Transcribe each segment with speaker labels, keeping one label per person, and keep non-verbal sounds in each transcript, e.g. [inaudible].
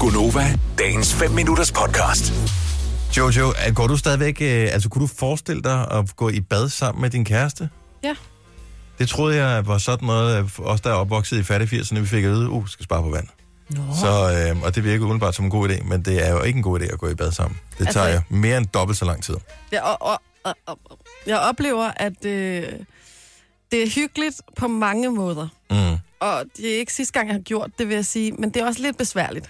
Speaker 1: Gunova, dagens 5 minutters podcast.
Speaker 2: Jojo, er- går du stadigvæk... øh, Altså, kunne du forestille dig at gå i bad sammen med din kæreste?
Speaker 3: Ja.
Speaker 2: Det troede jeg var sådan noget, øh, os der er opvokset i fattige 80'erne, vi fik at vide, uh, skal spare på vand.
Speaker 3: Nå.
Speaker 2: Så, øh, og det virker umiddelbart som en god idé, men det er jo ikke en god idé at gå i bad sammen. Det
Speaker 3: Altså-
Speaker 2: tager jo mere end dobbelt så lang tid.
Speaker 3: Jeg, og, og, og, og, jeg oplever, at øh, det er hyggeligt på mange måder.
Speaker 2: Mm.
Speaker 3: Og det er ikke sidste gang, jeg har gjort det, vil jeg sige. Men det er også lidt besværligt.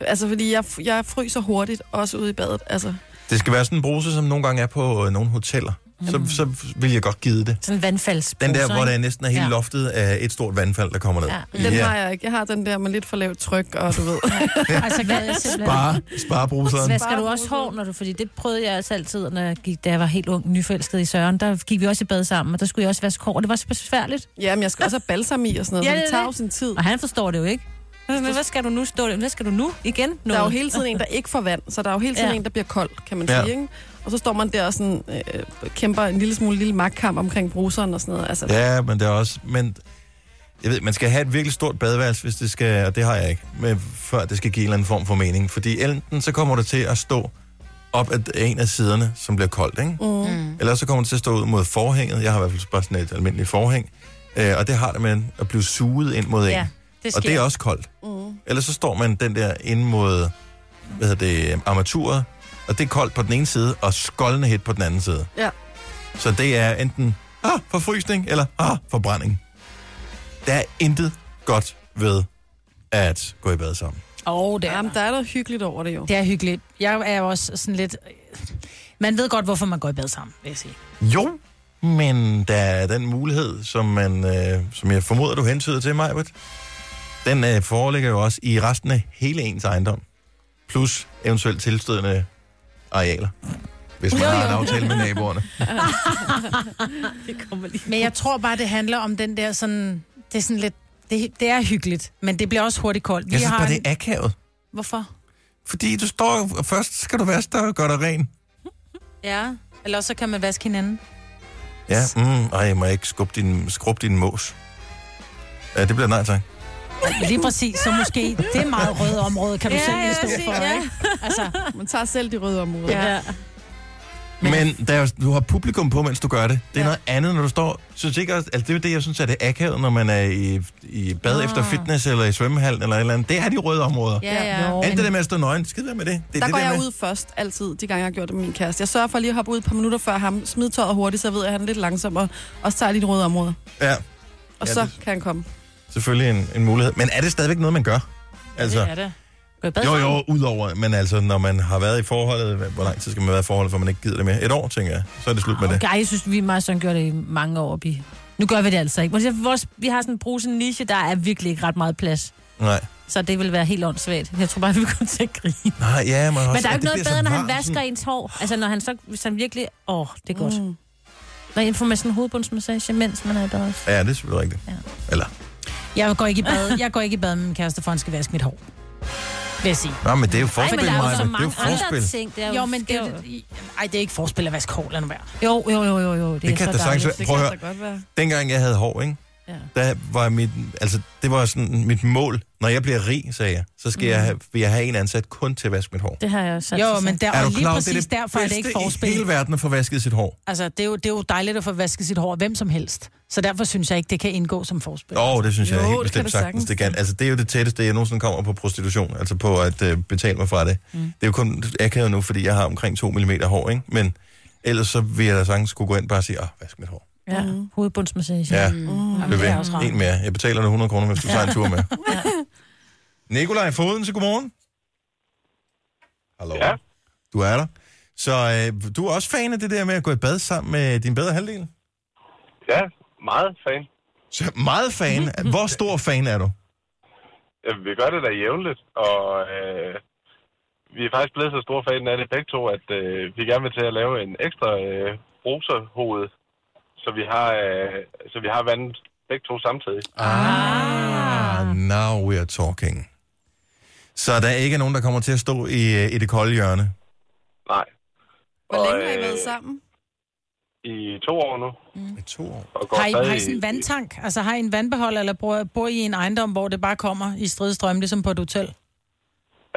Speaker 3: Altså, fordi jeg, jeg fryser hurtigt, også ude i badet. Altså,
Speaker 2: Det skal være sådan en bruse, som nogle gange er på øh, nogle hoteller. Så, så vil jeg godt give det.
Speaker 4: Sådan en vandfaldsposer,
Speaker 2: Den der, hvor
Speaker 4: ikke?
Speaker 2: der næsten er hele
Speaker 4: Ja.
Speaker 2: loftet af et stort vandfald, der kommer ned.
Speaker 4: Ja.
Speaker 3: den har jeg ikke. Jeg har den der med lidt for lavt tryk, og du ved.
Speaker 4: [laughs] Altså, gad jeg simpelthen.
Speaker 2: Bare, spare bruseren.
Speaker 4: Vasker du også hår, når du... Fordi det prøvede jeg altså altid, når jeg gik, da jeg var helt ung, nyforelsket i Søren. Der gik vi også i bad sammen, og der skulle jeg også vaske hår. og Det var så besværligt.
Speaker 3: Jamen, jeg skal også have balsam i og sådan noget,
Speaker 4: Ja,
Speaker 3: ja, så
Speaker 4: det
Speaker 3: det
Speaker 4: er
Speaker 3: tager jo
Speaker 4: det.
Speaker 3: sin tid.
Speaker 4: Og han forstår det jo ikke. Men hvad skal du nu stå det? Hvad skal du nu igen? Noget?
Speaker 3: Der er jo hele tiden en, der ikke får vand, så der er jo hele tiden
Speaker 4: Ja.
Speaker 3: ja. en, der bliver kold, kan man
Speaker 2: Ja.
Speaker 3: ja. sige, ikke? Og så står man der og sådan, øh, kæmper en lille smule lille magtkamp omkring bruseren og sådan noget. Altså, ja.
Speaker 2: Ja, men det er også... Men jeg ved, man skal have et virkelig stort badeværelse, hvis det skal... Og det har jeg ikke. Men før det skal give en eller anden form for mening. Fordi enten så kommer det til at stå op ad en af siderne, som bliver koldt, ikke? Mm. Eller så kommer det til at stå ud mod forhænget. Jeg har i hvert fald bare sådan et almindeligt forhæng. Øh, og det har det med at blive suget ind mod en.
Speaker 4: Ja, det
Speaker 2: og
Speaker 4: sker.
Speaker 2: det er også koldt. Mm. Ellers så står man den der ind mod hvad hedder det, øh, armaturet, og det er koldt på den ene side, og skoldende hit på den anden side.
Speaker 3: ja.
Speaker 2: Så det er enten ah, forfrysning eller ah, forbrænding. Der er intet godt ved at gå i bad sammen.
Speaker 5: Åh, oh, det er
Speaker 3: Jamen, der er noget hyggeligt over det jo.
Speaker 5: Det er hyggeligt. Jeg er jo også sådan lidt... Man ved godt, hvorfor man går i bad sammen, vil jeg sige.
Speaker 2: Jo, men der er den mulighed, som, man, øh, som jeg formoder, du hentyder til mig, den øh, foreligger jo også i resten af hele ens ejendom. Plus eventuelt tilstødende arealer, hvis man har en aftale med naboerne.
Speaker 5: Men jeg tror bare, det handler om den der sådan... Det er sådan lidt... Det, det er hyggeligt, men det bliver også hurtigt koldt.
Speaker 2: Jeg synes
Speaker 5: har
Speaker 2: bare, det
Speaker 5: en-
Speaker 2: er akavet.
Speaker 5: Hvorfor?
Speaker 2: Fordi du står, først skal du vaske dig og gøre dig ren.
Speaker 5: Ja. Eller også så kan man vaske hinanden.
Speaker 2: Ja, mm, ej, må jeg ikke skubbe din, skrubbe din mås? Ja, det bliver nej tak.
Speaker 5: Lige præcis, så måske det er meget røde område, kan du ja, selv lige stå for. Ja.
Speaker 3: Altså, man tager selv de røde områder. Ja.
Speaker 5: Ja.
Speaker 2: Men, Men der, er jo- du har publikum på, mens du gør det. Det er ja. noget andet, når du står... Synes ikke også, altså, det er jo det, jeg synes er det akavet, når man er i, i bad
Speaker 4: Ah.
Speaker 2: efter fitness, eller i svømmehallen, eller et eller andet. Det er de røde områder. Ja.
Speaker 4: Ja, ja. Jo,
Speaker 2: Alt det
Speaker 4: men
Speaker 2: der med at stå nøgen, skid være med det. det er
Speaker 3: Der
Speaker 2: det
Speaker 3: går
Speaker 2: der
Speaker 3: jeg
Speaker 2: med.
Speaker 3: ud først, altid, de gange jeg har gjort det med min kæreste. Jeg sørger for lige at hoppe ud et par minutter før ham, smide tøjet hurtigt, så jeg ved, at han er lidt langsommere, og så tager lige de røde områder.
Speaker 2: Ja,
Speaker 3: Og
Speaker 2: Ja,
Speaker 3: ja, så
Speaker 2: det-
Speaker 3: kan han komme.
Speaker 2: selvfølgelig en, en mulighed. Men er det stadigvæk noget, man gør? Altså,
Speaker 5: Det er det.
Speaker 4: gå i bad
Speaker 2: jo,
Speaker 4: sammen.
Speaker 2: jo, udover, men altså, når man har været i forholdet, hvor lang tid skal man være i forholdet, for man ikke gider det mere? Et år, tænker jeg. Så er det slut med det.
Speaker 4: Okay, jeg synes, vi meget sådan gjorde det i mange år. Vi... Nu gør vi det altså ikke. Vores- Vores, vi har sådan en brusen niche, der er virkelig ikke ret meget plads.
Speaker 2: Nej.
Speaker 4: Så det vil være helt åndssvagt. Jeg tror bare, vi kommer til at grine.
Speaker 2: Nej, ja, men, også,
Speaker 4: Men der er
Speaker 2: at det
Speaker 4: jo ikke noget
Speaker 2: bliver så
Speaker 4: bedre, når han
Speaker 2: varmt,
Speaker 4: vasker
Speaker 2: sådan-
Speaker 4: ens hår. Altså, når han så, hvis han virkelig... Åh, oh, det er godt. Mm. Når en får med sådan en hovedbundsmassage, mens man er i bad.
Speaker 2: Ja, det er selvfølgelig rigtigt. Ja. Eller,
Speaker 5: Jeg går ikke i bad, jeg går ikke i bad med min kæreste, for han skal vaske mit hår. Vil jeg sige.
Speaker 2: nej, men det er jo
Speaker 4: Ej, men
Speaker 2: forspil,
Speaker 4: der er jo
Speaker 2: Maja. Det
Speaker 4: så
Speaker 2: er jo
Speaker 4: mange andre
Speaker 2: forspil.
Speaker 4: ting. Det er jo,
Speaker 5: Jo, men det,
Speaker 4: jo...
Speaker 5: ej, det er ikke forspil at vaske hår, lad nu være.
Speaker 4: Jo, jo, jo, jo, jo. Det,
Speaker 2: Det
Speaker 4: er
Speaker 2: kan
Speaker 4: så
Speaker 2: da sagtens
Speaker 4: dejligt.
Speaker 3: Det
Speaker 2: Prøv at
Speaker 3: kan
Speaker 2: høre.
Speaker 3: så godt være.
Speaker 2: Dengang jeg havde hår, ikke?
Speaker 4: Ja.
Speaker 2: Der var mit, altså, det var sådan mit mål. Når jeg bliver rig, sagde jeg, så skal mm. jeg have, vil jeg have en ansat kun til at vaske mit hår.
Speaker 4: Det har jeg jo sagt.
Speaker 5: Jo,
Speaker 4: til
Speaker 5: men
Speaker 4: sig.
Speaker 5: der, og lige
Speaker 2: over,
Speaker 5: præcis det
Speaker 2: det
Speaker 5: derfor er det ikke
Speaker 2: bedste
Speaker 5: forspil.
Speaker 2: i hele verden at få vasket sit hår?
Speaker 5: Altså, det er, jo, det er jo dejligt at få vasket sit hår af hvem som helst. Så derfor synes jeg ikke, det kan indgå som forspil.
Speaker 2: Åh, oh, det synes jo,
Speaker 3: Jo,
Speaker 2: jeg er helt
Speaker 3: det kan
Speaker 2: bestemt
Speaker 3: du
Speaker 2: sagtens,
Speaker 3: sagtens.
Speaker 2: det kan. Altså, det er jo det tætteste, jeg nogensinde kommer på prostitution, altså på at øh, betale mig fra det. Mm. Det er jo kun akavet nu, fordi jeg har omkring 2 mm hår, ikke? Men ellers så vil jeg da sagtens skulle gå ind og bare sige, ah, vask mit hår.
Speaker 4: Ja,
Speaker 5: Mm.
Speaker 4: hovedbundsmassage.
Speaker 2: Ja.
Speaker 5: Jamen,
Speaker 2: Løb
Speaker 5: det er
Speaker 2: ind.
Speaker 5: også rart.
Speaker 2: En mere. Jeg betaler dig 100 kroner, hvis du tager en
Speaker 5: [laughs]
Speaker 2: tur med. Nikolaj Foden, så godmorgen. Hallo.
Speaker 6: Ja.
Speaker 2: Du er der. Så øh, du er også fan af det der med at gå i bad sammen med din bedre halvdel?
Speaker 6: Ja, meget fan.
Speaker 2: Så meget fan.
Speaker 5: [laughs]
Speaker 2: Hvor stor fan er du?
Speaker 6: Jamen, vi gør det da jævnligt, og øh, vi er faktisk blevet så store fan af det begge to, at øh, vi gerne vil til at lave en ekstra øh, bruserhoved, så vi har, øh, så vi har vandet begge to samtidig.
Speaker 2: Ah, now we are talking. Så der er ikke nogen, der kommer til at stå i, øh, i det kolde hjørne.
Speaker 6: Nej,
Speaker 3: Hvor
Speaker 6: Og,
Speaker 3: længe har I været
Speaker 6: øh,
Speaker 3: sammen?
Speaker 6: i to år nu.
Speaker 5: Mm.
Speaker 2: I to år.
Speaker 6: Og går
Speaker 5: Har I,
Speaker 6: stadig
Speaker 5: har I sådan en vandtank? Altså har I en vandbeholder, eller bor, bor I i en ejendom, hvor det bare kommer i stridestrøm, ligesom på et hotel?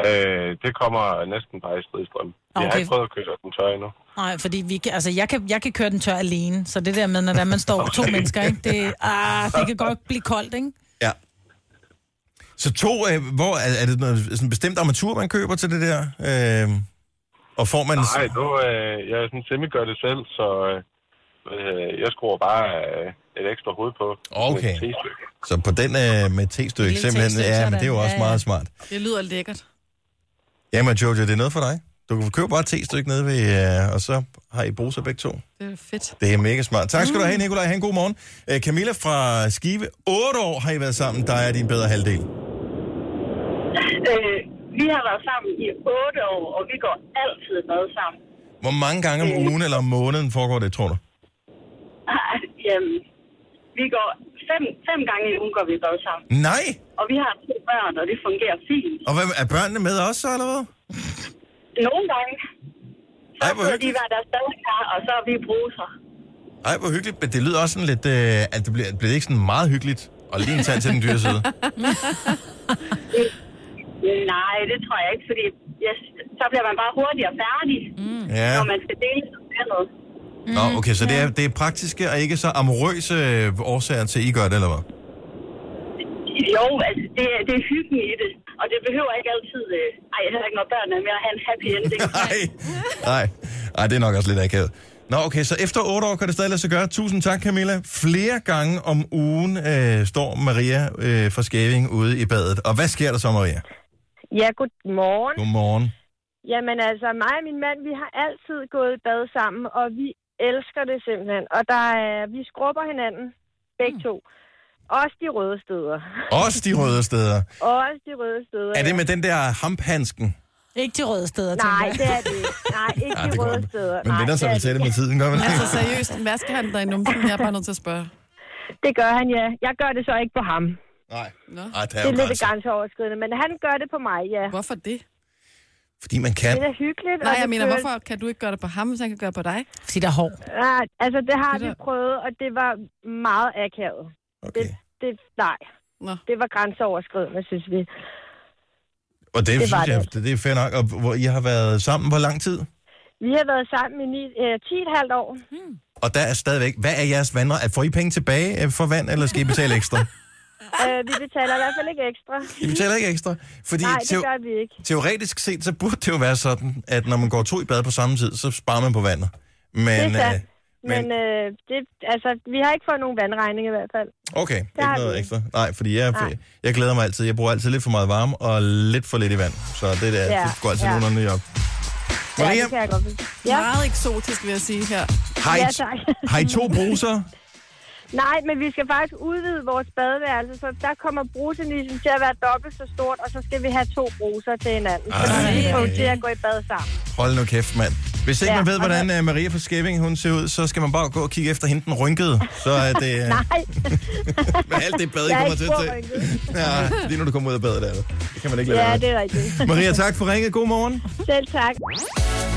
Speaker 6: Øh, det kommer næsten bare i stridstrøm. Okay. Jeg har
Speaker 5: Okay.
Speaker 6: ikke prøvet at køre den tør endnu.
Speaker 5: Nej, fordi vi kan, altså, jeg, kan, jeg kan køre den tør alene, så det der med, når der er- man står to mennesker, ikke? Det, ah, det kan godt blive koldt, ikke?
Speaker 2: Ja. Så to, øh, hvor er, er det noget, sådan en bestemt armatur, man køber til det der? Øh, og får man...
Speaker 6: Nej, nu, øh, jeg er sådan semi-gør det selv, så øh, jeg skruer bare øh, et ekstra hoved på.
Speaker 2: Okay.
Speaker 6: Sådan et T-stykke.
Speaker 2: Så på den øh, med T-stykke,
Speaker 4: Lille
Speaker 2: simpelthen,
Speaker 4: T-stykke,
Speaker 2: ja, men det er jo
Speaker 4: sådan,
Speaker 2: også
Speaker 4: ja, ja.
Speaker 2: meget smart.
Speaker 3: Det lyder lækkert.
Speaker 2: Jamen, Jojo, det er noget for dig. Du kan købe bare et T-stykke nede ved, øh, og så har I bruser begge to.
Speaker 3: Det er fedt.
Speaker 2: Det er mega smart. Tak skal du have,
Speaker 4: Mm.
Speaker 2: Nikolaj. Ha' en god morgen. Øh, Camilla fra Skive. 8 år har I været sammen. Der er din bedre halvdel.
Speaker 7: Øh, vi har været sammen i otte år, og vi går altid med sammen. [laughs]
Speaker 2: Hvor mange gange om ugen eller om måneden foregår det, tror du?
Speaker 7: Ah, Jamen, vi går fem, fem gange i ugen går vi med sammen.
Speaker 2: Nej!
Speaker 7: Og vi har to børn, og det fungerer fint.
Speaker 2: Og hvad, er børnene med også, så, eller hvad?
Speaker 7: Nogle gange, så
Speaker 2: Ej, hvor
Speaker 7: sidder de
Speaker 2: hyggeligt.
Speaker 7: var deres badekar, og så er vi bruser.
Speaker 2: Ej, hvor hyggeligt. Men det lyder også sådan lidt, øh, at det bliver, bliver det ikke sådan meget hyggeligt og lige en tand til den dyre
Speaker 4: [laughs]
Speaker 2: side.
Speaker 7: Nej, det tror jeg ikke, fordi yes, så bliver man bare hurtigere færdig, mm.
Speaker 2: Ja.
Speaker 7: når man skal dele sig med.
Speaker 2: Nå,
Speaker 8: Mm-hmm.
Speaker 2: okay, så det er, det er praktiske og ikke så amorøse øh, årsager til, at I gør det, eller hvad?
Speaker 7: Jo, altså, det, er- det er hyggen i det, og det behøver ikke altid... Øh, ej, heller ikke, når børnene er med at have en happy ending.
Speaker 2: [laughs] Nej, nej. Ej, det er nok også lidt akavet. Nå, okay, så efter otte år kan det stadig lade sig gøre. Tusind tak, Camilla. Flere gange om ugen øh, står Maria øh, fra Skæving ude i badet. Og hvad sker der så, Maria?
Speaker 8: Ja, godmorgen.
Speaker 2: Godmorgen.
Speaker 8: Jamen altså, mig og min mand, vi har altid gået i bad sammen, og vi elsker det simpelthen. Og der er, vi skrubber hinanden, begge
Speaker 2: Mm.
Speaker 8: to. Også de røde steder.
Speaker 2: Også de røde steder.
Speaker 8: Også de røde steder.
Speaker 2: Er det
Speaker 8: ja.
Speaker 2: med den der hamphandsken?
Speaker 5: Ikke de røde steder,
Speaker 8: Nej,
Speaker 5: tænker
Speaker 8: det er det ikke. Nej, ikke
Speaker 2: Ja,
Speaker 8: de
Speaker 2: Ah, det
Speaker 8: røde
Speaker 2: går-
Speaker 8: steder.
Speaker 2: Man
Speaker 8: Nej,
Speaker 2: vender sig
Speaker 8: det,
Speaker 2: vel
Speaker 8: er
Speaker 2: til det med tiden, gør man ikke?
Speaker 3: Altså seriøst, en vaskehandler i numsen, jeg er bare nødt til at spørge.
Speaker 8: det. det gør han, ja. Jeg gør det så ikke på ham.
Speaker 2: Nej.
Speaker 3: Nå.
Speaker 2: Ej, der er
Speaker 8: Det
Speaker 2: jo
Speaker 8: er lidt
Speaker 2: grænser.
Speaker 8: grænseoverskridende, men han gør det på mig, ja.
Speaker 3: Hvorfor det?
Speaker 2: Fordi man
Speaker 8: Det
Speaker 2: kan.
Speaker 8: er hyggeligt.
Speaker 3: Nej,
Speaker 8: og
Speaker 3: jeg
Speaker 8: det
Speaker 3: mener,
Speaker 8: føles-
Speaker 3: hvorfor kan du ikke gøre det på ham, hvis han kan gøre det på dig?
Speaker 5: jeg. Fordi der er hår.
Speaker 8: Nej, altså, det har
Speaker 3: Det
Speaker 8: vi
Speaker 3: der-
Speaker 8: prøvet, og det var meget akavet.
Speaker 2: Okay.
Speaker 8: Det, nej,
Speaker 3: Nå.
Speaker 8: det var grænseoverskridende, synes vi.
Speaker 2: Og det, det
Speaker 8: var
Speaker 2: synes jeg,
Speaker 8: det.
Speaker 2: det. det er fair nok. Og hvor I har været sammen, hvor lang tid?
Speaker 8: Vi har været sammen i ni, øh, 10,5 år.
Speaker 2: Og der er stadigvæk, hvad er jeres vandre? Får I penge tilbage øh, for vand, eller skal I betale ekstra?
Speaker 8: Øh, vi betaler i hvert fald ikke ekstra.
Speaker 2: I betaler ikke ekstra. Fordi
Speaker 8: Nej, det
Speaker 2: teo-
Speaker 8: gør vi ikke.
Speaker 2: teoretisk set, så burde det jo være sådan, at når man går to i bad på samme tid, så sparer man på vandet. Men,
Speaker 8: Det er
Speaker 2: øh,
Speaker 8: sandt. Men,
Speaker 2: men-
Speaker 8: øh, det, altså, vi har ikke fået nogen vandregning i hvert fald.
Speaker 2: okay, ikke
Speaker 8: har
Speaker 2: noget
Speaker 8: vi.
Speaker 2: ekstra. Nej, fordi jeg,
Speaker 8: Nej.
Speaker 2: jeg glæder mig altid. Jeg bruger altid lidt for meget varme og lidt for lidt i vand. Så det der,
Speaker 8: Ja,
Speaker 2: det går altid
Speaker 8: ja.
Speaker 2: nogenlunde op. Maria,
Speaker 8: Ja, det kan jeg godt forstå.
Speaker 3: Ja.
Speaker 8: Ja,
Speaker 3: Meget eksotisk, vil jeg sige her.
Speaker 2: har, I,
Speaker 8: ja, tak.
Speaker 2: har I to bruser?
Speaker 8: Nej, men vi skal faktisk udvide vores badeværelse, så der kommer brusenissen til at være dobbelt så stort, og så skal vi have to bruser til hinanden. Så
Speaker 2: Ej.
Speaker 8: vi kommer til at gå i bad sammen.
Speaker 2: Hold nu kæft, mand. Hvis ikke ja,
Speaker 8: Ja,
Speaker 2: man ved,
Speaker 8: og der-
Speaker 2: hvordan øh, Maria fra Skæving, hun ser ud, så skal man bare gå og kigge efter hende, den rynkede. Så er det øh,
Speaker 8: [laughs] Nej,
Speaker 2: med alt det bad, I
Speaker 8: jeg er
Speaker 2: kommer
Speaker 8: ikke
Speaker 2: til at
Speaker 8: spor
Speaker 2: tage. Ja, lige når du kommer ud af badet, der. det kan man ikke lade
Speaker 8: Ja,
Speaker 2: være med.
Speaker 8: det er rigtigt.
Speaker 2: [laughs] Maria, tak for ringet. God morgen.
Speaker 8: Selv tak.